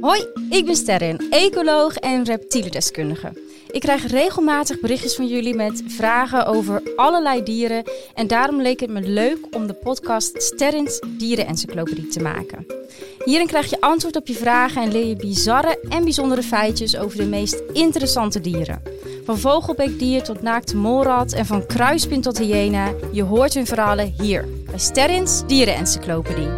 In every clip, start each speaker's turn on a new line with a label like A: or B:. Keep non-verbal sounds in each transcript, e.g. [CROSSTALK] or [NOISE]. A: Hoi, ik ben Sterren, ecoloog en reptielendeskundige. Ik krijg regelmatig berichtjes van jullie met vragen over allerlei dieren. En daarom leek het me leuk om de podcast Sterrens Dierenencyclopedie te maken. Hierin krijg je antwoord op je vragen en leer je bizarre en bijzondere feitjes over de meest interessante dieren. Van vogelbeekdier tot naakte molrat en van kruispin tot hyena. Je hoort hun verhalen hier, bij Sterrens Dierenencyclopedie.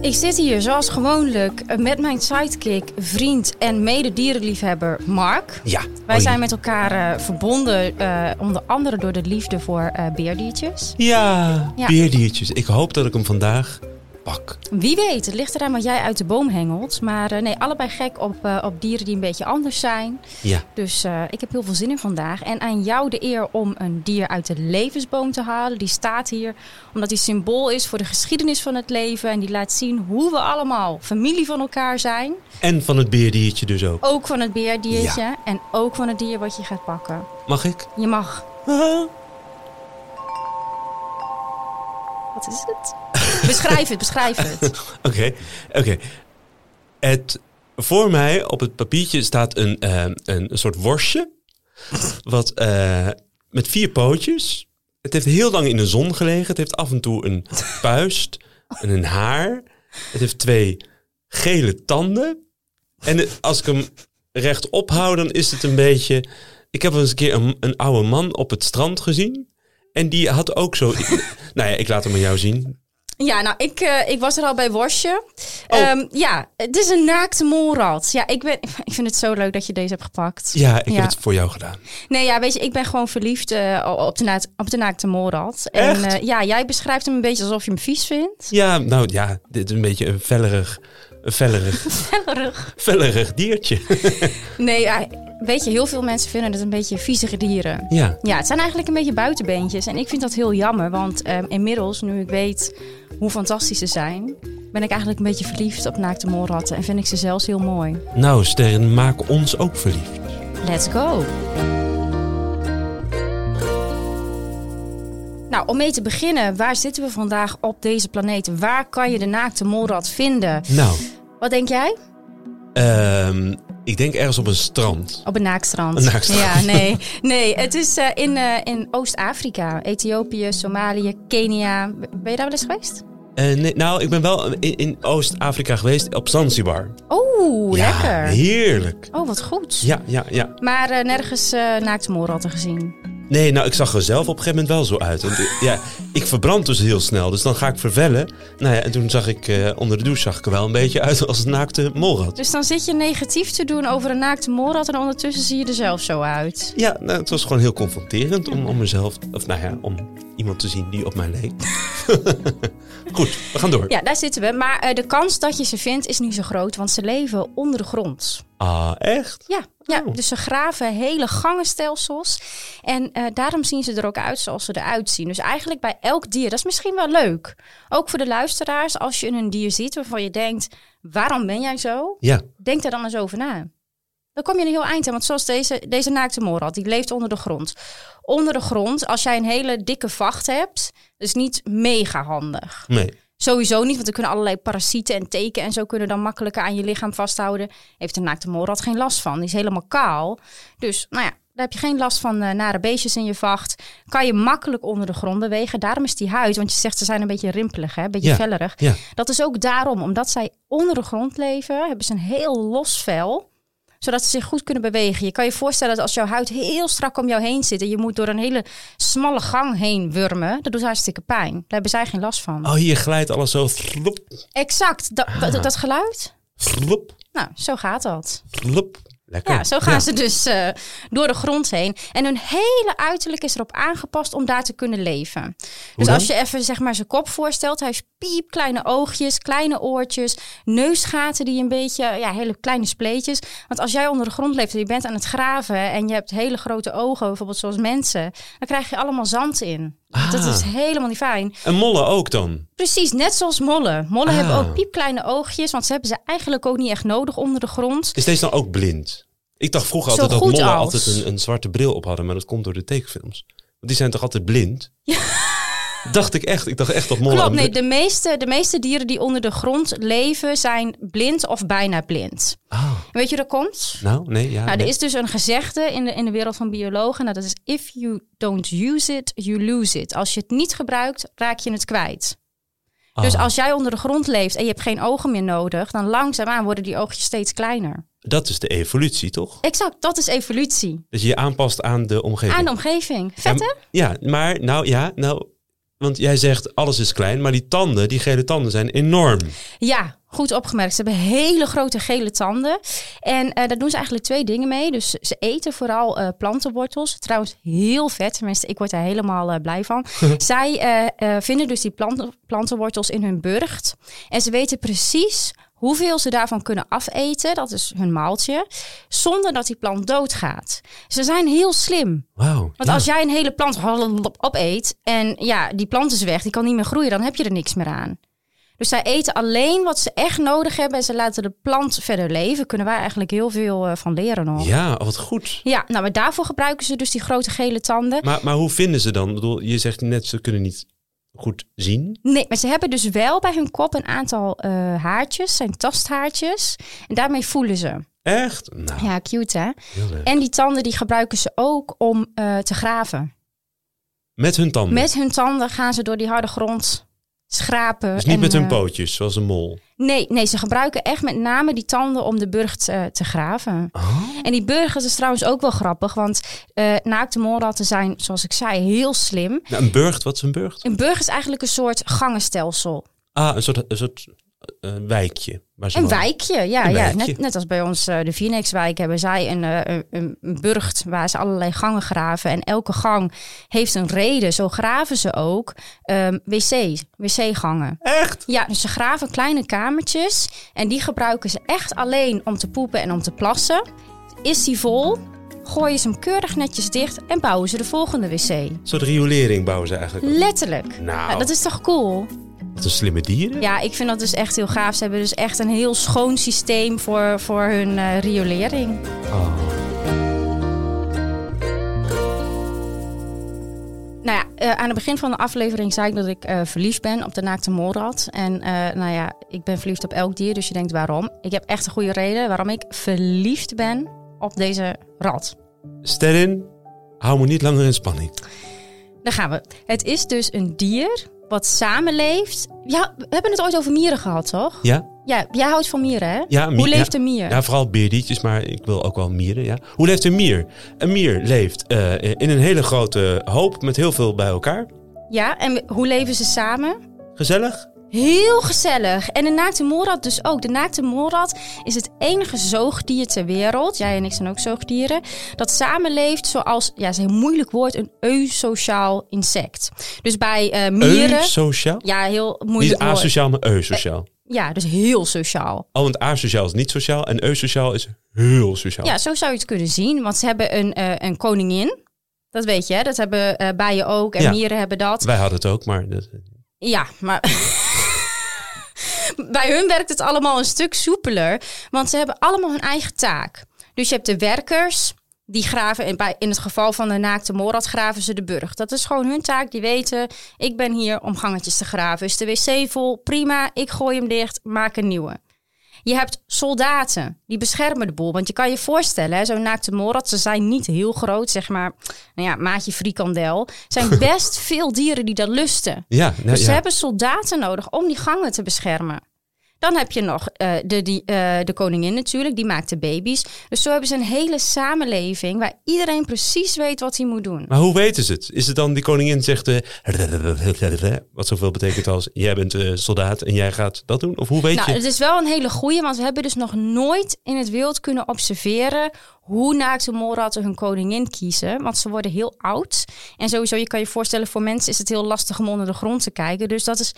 A: Ik zit hier zoals gewoonlijk met mijn sidekick, vriend en mededierenliefhebber Mark.
B: Ja.
A: Wij
B: Hoi.
A: zijn met elkaar eh, verbonden, eh, onder andere door de liefde voor eh, beerdiertjes.
B: Ja,
A: Ja.
B: beerdiertjes. Ik hoop dat ik hem vandaag pak.
A: Wie weet, het ligt eraan wat jij uit de boom hengelt. Maar eh, nee, allebei gek op, eh, op dieren die een beetje anders zijn.
B: Ja.
A: Dus eh, ik heb heel veel zin in vandaag. En aan jou de eer om een dier uit de levensboom te halen. Die staat hier omdat hij symbool is voor de geschiedenis van het leven. En die laat zien hoe we allemaal familie van elkaar zijn.
B: En van het beerdiertje dus ook.
A: Ook van het beerdiertje en ook van het dier wat je gaat pakken.
B: Mag ik?
A: Je mag. Wat is het? Beschrijf het, beschrijf het.
B: Oké, oké. Het, voor mij op het papiertje staat een, eh, een, een soort worstje. Wat eh, met vier pootjes. Het heeft heel lang in de zon gelegen. Het heeft af en toe een puist en een haar. Het heeft twee gele tanden. En het- als ik hem recht ophoud, dan is het een beetje... Ik heb wel eens een keer een, een oude man op het strand gezien. En die had ook zo... [LAUGHS] nou ja, ik laat hem aan jou zien.
A: [LAUGHS] Ja, nou, ik, eh, ik was er al bij Worstje.
B: Oh.
A: Ehm, ja, het is een naakte molrat. Ja, ik, ben, [LAUGHS] ik vind het zo leuk dat je deze hebt gepakt.
B: Ja, ik
A: Ja.
B: heb het voor jou gedaan.
A: Nee, ja, weet je, ik ben gewoon verliefd eh, op, de naakt, op de naakte molrat. En
B: Echt?
A: eh, ja, jij beschrijft hem een beetje alsof je hem vies [LAUGHS] vindt.
B: [LAUGHS] Ja, nou ja, dit is een beetje een vellerig, een vellerig, vellerig diertje.
A: nee, ja, weet je, heel veel mensen vinden het een beetje viezige dieren.
B: Ja,
A: Ja, het zijn eigenlijk een beetje buitenbeentjes. En ik vind dat heel jammer, want ehm, inmiddels, nu ik weet hoe fantastisch ze zijn, ben ik eigenlijk een beetje verliefd op naakte molratten. En vind ik ze zelfs heel mooi.
B: nou Sterren, maak ons ook verliefd.
A: Let's go! Nou, om mee te beginnen, waar zitten we vandaag op deze planeet? Waar kan je de naakte molrat vinden?
B: Nou,
A: Wat denk jij?
B: ehm, ik denk ergens op een strand.
A: Op een naakstrand.
B: Een naakstrand.
A: Ja, nee. Nee, het is eh, in, eh, in Oost-Afrika. Ethiopië, Somalië, Kenia. Ben je daar wel eens geweest?
B: Eh, nee, nou, ik ben wel in, in Oost-Afrika geweest, op Zanzibar.
A: Oh,
B: Ja,
A: lekker.
B: heerlijk.
A: Oh, wat goed.
B: Ja, ja, ja.
A: Maar eh, nergens eh naakte molratten gezien.
B: Nee, nou, ik zag er zelf op een gegeven moment wel zo uit. Want, eh, ja, ik verbrand dus heel snel, dus dan ga ik vervellen. Nou ja, en toen zag ik eh, onder de douche zag ik er wel een beetje uit als een naakte molrat.
A: Dus dan zit je negatief te doen over een naakte molrat en ondertussen zie je er zelf zo uit.
B: Ja, nou, het was gewoon heel confronterend om, om mezelf, of nou ja, om iemand te zien die op mij leek. [LAUGHS] Goed, we gaan door.
A: Ja, daar zitten we. Maar eh, de kans dat je ze vindt is niet zo groot, want ze leven onder de grond.
B: Ah, echt?
A: Ja, ja
B: Oh.
A: dus ze graven hele gangenstelsels. En eh, daarom zien ze er ook uit zoals ze eruit zien. Dus eigenlijk bij elk dier, dat is misschien wel leuk. Ook voor de luisteraars, als je een dier ziet waarvan je denkt, waarom ben jij zo?
B: Ja,
A: Denk daar dan eens over na. Dan kom je een heel eind aan. Want zoals deze, deze naakte molrat, die leeft onder de grond. Onder de grond, als jij een hele dikke vacht hebt, is niet mega handig.
B: nee.
A: Sowieso niet, want er kunnen allerlei parasieten en teken en zo kunnen dan makkelijker aan je lichaam vasthouden. Heeft een naakte molrat geen last van. Die is helemaal kaal. Dus, nou ja, daar heb je geen last van eh, nare beestjes in je vacht. Kan je makkelijk onder de grond bewegen. Daarom is die huid, want je zegt ze zijn een beetje rimpelig, hè? een beetje
B: Ja.
A: vellerig.
B: Ja,
A: Dat is ook daarom, omdat zij onder de grond leven, hebben ze een heel los vel zodat ze zich goed kunnen bewegen. Je kan je voorstellen dat als jouw huid heel strak om jou heen zit... en je moet door een hele smalle gang heen wurmen... dat doet hartstikke pijn. Daar hebben zij geen last van.
B: oh, hier glijdt alles zo. Vlop,
A: Exact, dat, dat, dat geluid.
B: vlop,
A: Nou, zo gaat dat.
B: vlop. Lekker.
A: Ja, zo gaan ze dus eh, door de grond heen. En hun hele uiterlijk is erop aangepast om daar te kunnen leven. Dus
B: dan?
A: als je even zeg maar zijn kop voorstelt, hij heeft piepkleine oogjes, kleine oortjes, neusgaten die een beetje, ja, hele kleine spleetjes. Want als jij onder de grond leeft en je bent aan het graven en je hebt hele grote ogen, bijvoorbeeld zoals mensen, dan krijg je allemaal zand in. Dat
B: Ah.
A: is helemaal niet fijn.
B: En mollen ook dan.
A: Precies, net zoals mollen. Mollen hebben
B: Ah.
A: ook piepkleine oogjes, want ze hebben ze eigenlijk ook niet echt nodig onder de grond.
B: Is deze dan ook blind? Ik dacht vroeger
A: Zo
B: altijd dat
A: goed
B: mollen
A: als.
B: altijd een, een zwarte bril op hadden, maar dat komt door de tekenfilms. Want die zijn toch altijd blind? dacht ik echt. Ik dacht echt dat mollen...
A: Klopt, nee, de meeste, de meeste dieren die onder de grond leven zijn blind of bijna blind.
B: Ah,
A: En weet je hoe dat komt?
B: nou, nee, ja.
A: Nou, er
B: nee.
A: is dus een gezegde in de, in de wereld van biologen. Nou, dat is if you don't use it, you lose it. Als je het niet gebruikt, raak je het kwijt. Dus
B: Ah,
A: als jij onder de grond leeft en je hebt geen ogen meer nodig, dan langzaamaan worden die oogjes steeds kleiner.
B: Dat is de evolutie, toch?
A: Exact, dat is evolutie.
B: Dat je je aanpast aan de omgeving.
A: Aan de omgeving. Vet hè?
B: Ja, maar nou ja, nou... Want jij zegt alles is klein, maar die tanden, die gele tanden zijn enorm.
A: Ja, goed opgemerkt. Ze hebben hele grote gele tanden. En eh, daar doen ze eigenlijk twee dingen mee. Dus ze eten vooral eh, plantenwortels. Trouwens, heel vet. Tenminste, ik word daar helemaal eh, blij van. Zij eh, eh, vinden dus die planten, plantenwortels in hun burcht. En ze weten precies hoeveel ze daarvan kunnen afeten. Dat is hun maaltje. Zonder dat die plant doodgaat. Ze zijn heel slim.
B: Wauw.
A: Want
B: ja.
A: als jij een hele plant opeet en ja, die plant is weg, die kan niet meer groeien, dan heb je er niks meer aan. Dus zij eten alleen wat ze echt nodig hebben en ze laten de plant verder leven. Kunnen wij eigenlijk heel veel eh, van leren nog. Ja.
B: Ja, wat goed.
A: nou, maar daarvoor gebruiken ze dus die grote gele tanden.
B: Maar, maar hoe vinden ze dan? Ik bedoel, je zegt net, ze kunnen niet goed zien.
A: Nee, maar ze hebben dus wel bij hun kop een aantal eh, haartjes, zijn tasthaartjes. En daarmee voelen ze.
B: Echt? Nou,
A: Ja, cute hè.
B: heel leuk.
A: En die tanden die gebruiken ze ook om eh, te graven.
B: Met hun tanden.
A: Met hun tanden gaan ze door die harde grond schrapen.
B: dus niet
A: en,
B: met hun
A: eh,
B: pootjes, zoals een mol.
A: Nee, nee, ze gebruiken echt met name die tanden om de burcht eh, te graven. En die burgers is trouwens ook wel grappig, want eh, naakte molratten zijn, zoals ik zei, heel slim.
B: Nou, een burcht, wat is een burcht?
A: Een burg is eigenlijk een soort gangenstelsel.
B: Ah, een soort, een soort eh, eh, wijkje. Waar ze
A: Een
B: wonen.
A: wijkje, ja.
B: Een
A: ja.
B: wijkje.
A: Net, net als bij ons eh, de Phoenixwijk hebben zij een, eh, een- een, een burcht waar ze allerlei gangen graven. En elke gang heeft een reden. Zo graven ze ook ehm, wc, wc-gangen.
B: Echt?
A: Ja, dus ze graven kleine kamertjes en die gebruiken ze echt alleen om te poepen en om te plassen. Is die vol, gooien ze hem keurig netjes dicht en bouwen ze de volgende wc.
B: Een soort riolering bouwen ze eigenlijk. op.
A: Letterlijk.
B: Nou,
A: Ja, dat is toch cool?
B: wat een slimme dieren.
A: Ja, ik vind dat dus echt heel gaaf. Ze hebben dus echt een heel schoon systeem voor, voor hun eh, riolering.
B: Oh.
A: Nou ja, eh, aan het begin van de aflevering zei ik dat ik eh, verliefd ben op de naakte molrat. En eh, nou ja, ik ben verliefd op elk dier, dus je denkt waarom? Ik heb echt een goede reden waarom ik verliefd ben op deze rat.
B: Sterrin, hou me niet langer in spanning.
A: Daar gaan we. Het is dus een dier wat samenleeft. Ja, we hebben het ooit over mieren gehad, toch?
B: Ja?
A: Ja, jij houdt van mieren, hè?
B: Ja, mier-
A: Hoe leeft
B: ja.
A: een mier?
B: Ja, vooral beerdietjes, maar ik wil ook wel mieren. Ja. Hoe leeft een mier? Een mier leeft eh, in een hele grote hoop met heel veel bij elkaar.
A: Ja, en hoe leven ze samen?
B: Gezellig.
A: Heel gezellig. En de naakte molrat dus ook. De naakte molrat is het enige zoogdier ter wereld. Jij en ik zijn ook zoogdieren. Dat samenleeft zoals, ja, is een heel moeilijk woord, een eusociaal insect. Dus bij eh, mieren...
B: Eusociaal?
A: Ja, heel
B: Niet
A: moeilijk woord.
B: asociaal, maar eusociaal.
A: Ja, dus heel sociaal.
B: Oh, want asociaal is niet sociaal en eusociaal is heel sociaal.
A: Ja, zo zou je het kunnen zien. Want ze hebben een, eh, een koningin. Dat weet je, hè? dat hebben eh, bijen ook. En
B: Ja.
A: mieren hebben dat.
B: Wij hadden het ook, maar dat-
A: Ja, maar. Bij hun werkt het allemaal een stuk soepeler. Want ze hebben allemaal hun eigen taak. Dus je hebt de werkers. Die graven, in, bij, in het geval van de naakte morat, graven ze de burg. Dat is gewoon hun taak. Die weten, ik ben hier om gangetjes te graven. Is de wc vol? Prima, ik gooi hem dicht, maak een nieuwe. Je hebt soldaten, die beschermen de boel. Want je kan je voorstellen, hè, zo'n naakte morat, ze zijn niet heel groot, zeg maar. Nou ja, maatje frikandel. Er zijn best veel dieren die dat lusten.
B: ja, nou,
A: Dus ze
B: ja.
A: hebben soldaten nodig om die gangen te beschermen. Dan heb je nog eh, de, die, eh, de koningin natuurlijk, die maakt de baby's. Dus zo hebben ze een hele samenleving waar iedereen precies weet wat hij moet doen.
B: Maar hoe weten ze het? Is het dan die koningin zegt, eh, wat zoveel betekent als jij bent eh, soldaat en jij gaat dat doen? Of hoe weet
A: Nou,
B: je?
A: het is wel een hele goeie, want we hebben dus nog nooit in het wild kunnen observeren hoe naakte molratten hun koningin kiezen. Want ze worden heel oud. En sowieso, je kan je voorstellen, voor mensen is het heel lastig om onder de grond te kijken. Dus dat is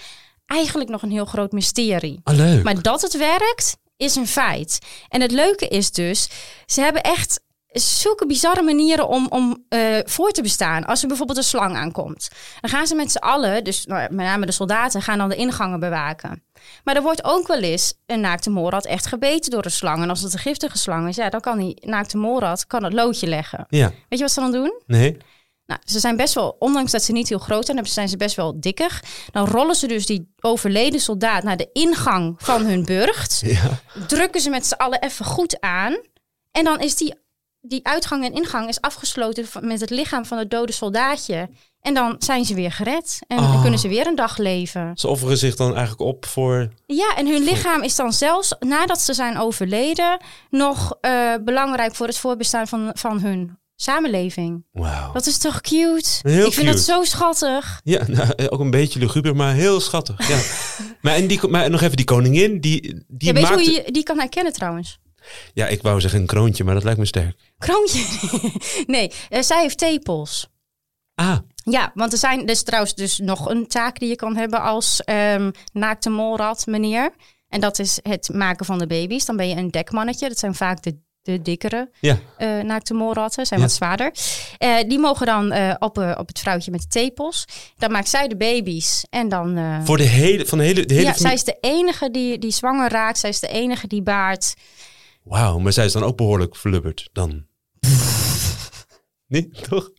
A: eigenlijk nog een heel groot mysterie.
B: Ah, leuk.
A: Maar dat het werkt, is een feit. En het leuke is dus, ze hebben echt zulke bizarre manieren om, om eh, voor te bestaan. Als er bijvoorbeeld een slang aankomt. Dan gaan ze met z'n allen, dus nou, met name de soldaten, gaan dan de ingangen bewaken. Maar er wordt ook wel eens een naakte molrat echt gebeten door een slang. En als het een giftige slang is, ja, dan kan die naakte molrat kan het loodje leggen.
B: Ja,
A: Weet je wat ze dan doen?
B: nee.
A: Nou, ze zijn best wel, ondanks dat ze niet heel groot zijn, zijn ze best wel dikker. Dan rollen ze dus die overleden soldaat naar de ingang van hun burcht.
B: Ja.
A: Drukken ze met z'n allen even goed aan. En dan is die, die uitgang en ingang is afgesloten van- met het lichaam van het dode soldaatje. En dan zijn ze weer gered. En
B: Ah.
A: dan kunnen ze weer een dag leven.
B: Ze offeren zich dan eigenlijk op voor...
A: Ja, en hun lichaam is dan zelfs nadat ze zijn overleden nog eh, belangrijk voor het voorbestaan van, van hun samenleving.
B: Wauw.
A: Dat is toch cute?
B: Heel
A: ik vind dat
B: cute.
A: zo schattig.
B: Ja, nou, eh, ook een beetje luguber, maar heel schattig.
A: [LAUGHS]
B: Ja. maar, en die, maar nog even die koningin, die, die
A: ja, weet je
B: maakte...
A: hoe je die kan herkennen trouwens?
B: Ja, ik wou zeggen een kroontje, maar dat lijkt me sterk.
A: Kroontje. [LAUGHS] nee, eh, zij heeft tepels.
B: Ah,
A: Ja, want er zijn dus trouwens dus nog een taak die je kan hebben als ehm, naakte molrat meneer. En dat is het maken van de baby's. Dan ben je een dekmannetje. Dat zijn vaak de, de dikkere
B: ja.
A: eh naakte molratten, zijn
B: Ja.
A: wat zwaarder. Eh, die mogen dan eh, op, eh, op het vrouwtje met de tepels. Dan maakt zij de baby's. En dan. eh,
B: Voor de hele, van de hele, de hele
A: ja, zij
B: familie-
A: is de enige die, die zwanger raakt. Zij is de enige die baart.
B: Wauw, maar zij is dan ook behoorlijk verlubberd
A: [LAUGHS]
B: dan. nee, toch?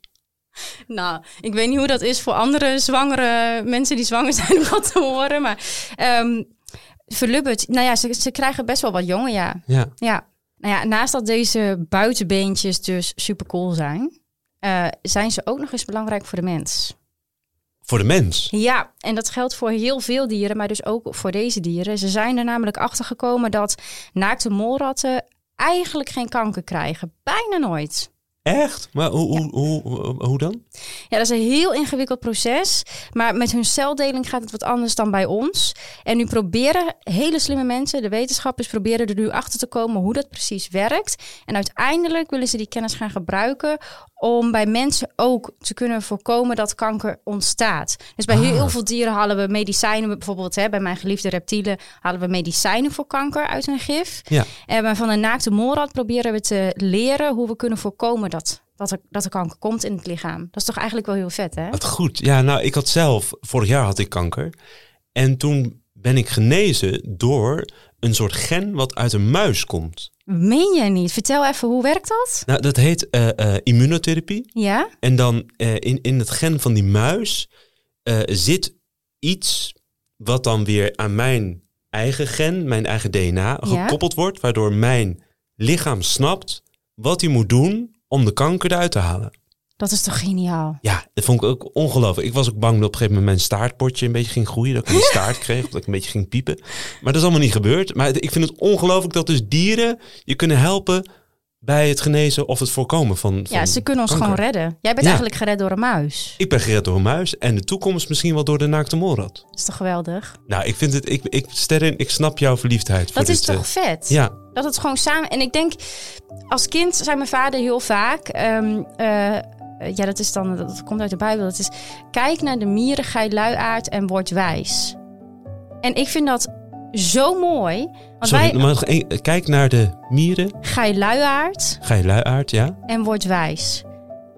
A: Nou, ik weet niet hoe dat is voor andere zwangere mensen die zwanger [LAUGHS] zijn om dat te horen. Maar ehm verlubberd. Nou ja, ze, ze krijgen best wel wat jongen, ja.
B: Ja.
A: Ja. Nou ja, naast dat deze buitenbeentjes dus super cool zijn, eh, zijn ze ook nog eens belangrijk voor de mens.
B: Voor de mens.
A: Ja, en dat geldt voor heel veel dieren, maar dus ook voor deze dieren. Ze zijn er namelijk achter gekomen dat naakte molratten eigenlijk geen kanker krijgen. Bijna nooit.
B: Echt? Maar hoe, hoe, hoe, hoe, hoe dan?
A: Ja, dat is een heel ingewikkeld proces. Maar met hun celdeling gaat het wat anders dan bij ons. En nu proberen hele slimme mensen, de wetenschappers, proberen er nu achter te komen hoe dat precies werkt. En uiteindelijk willen ze die kennis gaan gebruiken om bij mensen ook te kunnen voorkomen dat kanker ontstaat. Dus bij heel veel dieren halen we medicijnen, bijvoorbeeld hè, bij mijn geliefde reptielen, halen we medicijnen voor kanker uit hun gif.
B: Ja.
A: Eh, maar van een naakte molrat proberen we te leren hoe we kunnen voorkomen dat, dat, er, dat er kanker komt in het lichaam. Dat is toch eigenlijk wel heel vet, hè?
B: Wat goed. Ja, nou, ik had zelf, vorig jaar had ik kanker. En toen ben ik genezen door een soort gen wat uit een muis komt.
A: Meen jij niet? Vertel even, hoe werkt dat?
B: Nou, dat heet eh, eh, immunotherapie.
A: Ja?
B: En dan eh, in, in het gen van die muis eh, zit iets wat dan weer aan mijn eigen gen, mijn eigen DNA,
A: Ja.
B: gekoppeld wordt. Waardoor mijn lichaam snapt wat hij moet doen om de kanker eruit te halen.
A: Dat is toch geniaal?
B: Ja, dat vond ik ook ongelooflijk. Ik was ook bang dat op een gegeven moment mijn staartpotje een beetje ging groeien. Dat ik een
A: [LAUGHS]
B: staart kreeg, dat ik een beetje ging piepen. Maar dat is allemaal niet gebeurd. Maar het- ik vind het ongelooflijk dat dus dieren je kunnen helpen bij het genezen of het voorkomen van, van
A: Ja, ze kunnen ons
B: kanker.
A: gewoon redden. Jij bent
B: Ja.
A: eigenlijk gered door een muis.
B: Ik ben gered door een muis en de toekomst misschien wel door de naakte molrat.
A: Dat is toch geweldig?
B: Nou, ik vind het, ik, ik, Sterren, ik snap jouw verliefdheid. voor
A: Dat is
B: dit,
A: toch
B: eh,
A: vet?
B: ja,
A: Dat het gewoon samen... En ik denk, als kind zei mijn vader heel vaak... ehm, eh, eh, ja, dat, is dan, dat komt uit de Bijbel. Dat is, kijk naar de mieren, gij luiaard en word wijs. En ik vind dat zo mooi. Want
B: sorry,
A: wij,
B: maar nog één- eh, kijk naar de mieren,
A: gij luiaard
B: gij luiaard, ja.
A: en word wijs.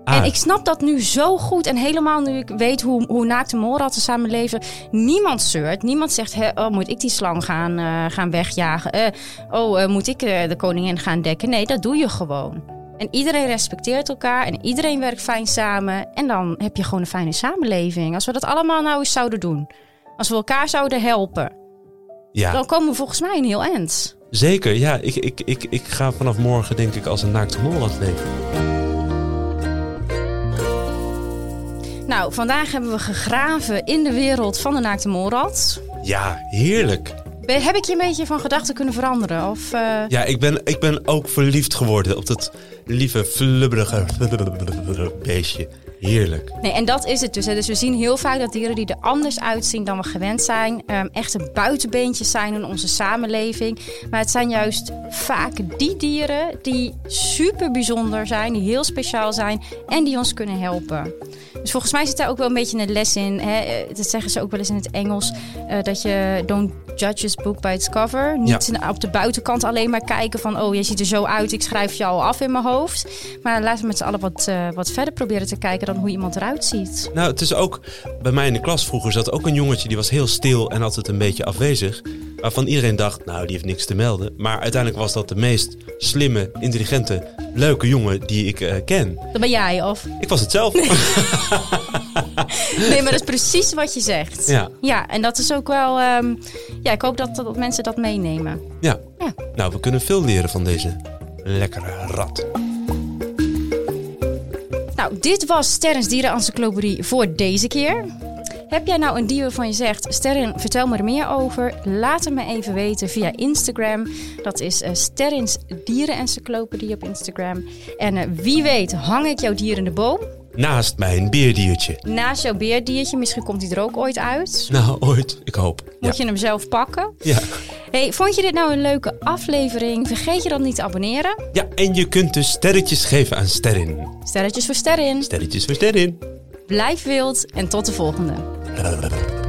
B: Ah,
A: En ik snap dat nu zo goed. En helemaal nu ik weet hoe, hoe naakte molratten samenleven. Niemand zeurt. Niemand zegt, hè, oh, moet ik die slang gaan, eh, gaan wegjagen? Eh, oh, eh, moet ik eh, de koningin gaan dekken? Nee, dat doe je gewoon. En iedereen respecteert elkaar en iedereen werkt fijn samen. En dan heb je gewoon een fijne samenleving. Als we dat allemaal nou eens zouden doen. Als we elkaar zouden helpen.
B: ja,
A: Dan komen we volgens mij een heel eind.
B: zeker. Ja, ik, ik, ik, ik ga vanaf morgen denk ik als een naakte molrat leven.
A: Nou, vandaag hebben we gegraven in de wereld van de naakte molrat.
B: Ja, heerlijk.
A: Ben- Heb ik je een beetje van gedachten kunnen veranderen? Of, eh,
B: Ja, ik ben, ik ben ook verliefd geworden op dat lieve, flubberige [LAUGHS] beestje. Heerlijk.
A: Nee, en dat is het dus. Hè. Dus we zien heel vaak dat dieren die er anders uitzien dan we gewend zijn, ehm echte buitenbeentjes zijn in onze samenleving. Maar het zijn juist vaak die dieren die super bijzonder zijn, die heel speciaal zijn en die ons kunnen helpen. Dus volgens mij zit daar ook wel een beetje een les in. Hè? Eh, Dat zeggen ze ook wel eens in het Engels. eh, dat je don't judge a book by its cover. Niet op de buitenkant alleen maar kijken van... oh, je ziet er zo uit, ik schrijf je al af in mijn hoofd. Maar laten we met z'n allen wat, eh, wat verder proberen te kijken... dan hoe iemand eruit ziet.
B: Nou, het is ook bij mij in de klas vroeger zat ook een jongetje die was heel stil en altijd een beetje afwezig. Waarvan iedereen dacht, nou, die heeft niks te melden. Maar uiteindelijk was dat de meest slimme, intelligente, leuke jongen die ik eh, ken.
A: Dat ben jij, of?
B: Ik was het zelf.
A: Nee, maar dat is precies wat je zegt.
B: Ja.
A: en dat is ook wel... ehm, ja, ik hoop dat, dat mensen dat meenemen.
B: [LAUGHS] Ja.
A: Ja.
B: Nou, we kunnen veel leren van deze lekkere rat.
A: Nou, dit was Sterrens Dierenencyclopedie voor deze keer. Heb jij nou een dier waarvan je zegt, Sterren, vertel me er meer over? Laat het me even weten via Instagram. Dat is eh, Sterrens Dierenencyclopedie op Instagram. En eh, wie weet hang ik jouw dier in de boom.
B: Naast mij een beerdiertje.
A: Naast jouw beerdiertje, misschien komt hij er ook ooit uit.
B: Nou, ooit. Ik hoop. Ja.
A: Moet je hem zelf pakken.
B: Ja.
A: Hey, vond je dit nou een leuke aflevering? Vergeet je dan niet te abonneren.
B: ja, en je kunt dus sterretjes geven aan Sterrin.
A: Sterretjes voor Sterren.
B: Sterretjes voor Sterrin.
A: Blijf wild en tot de volgende.
B: Blablabla.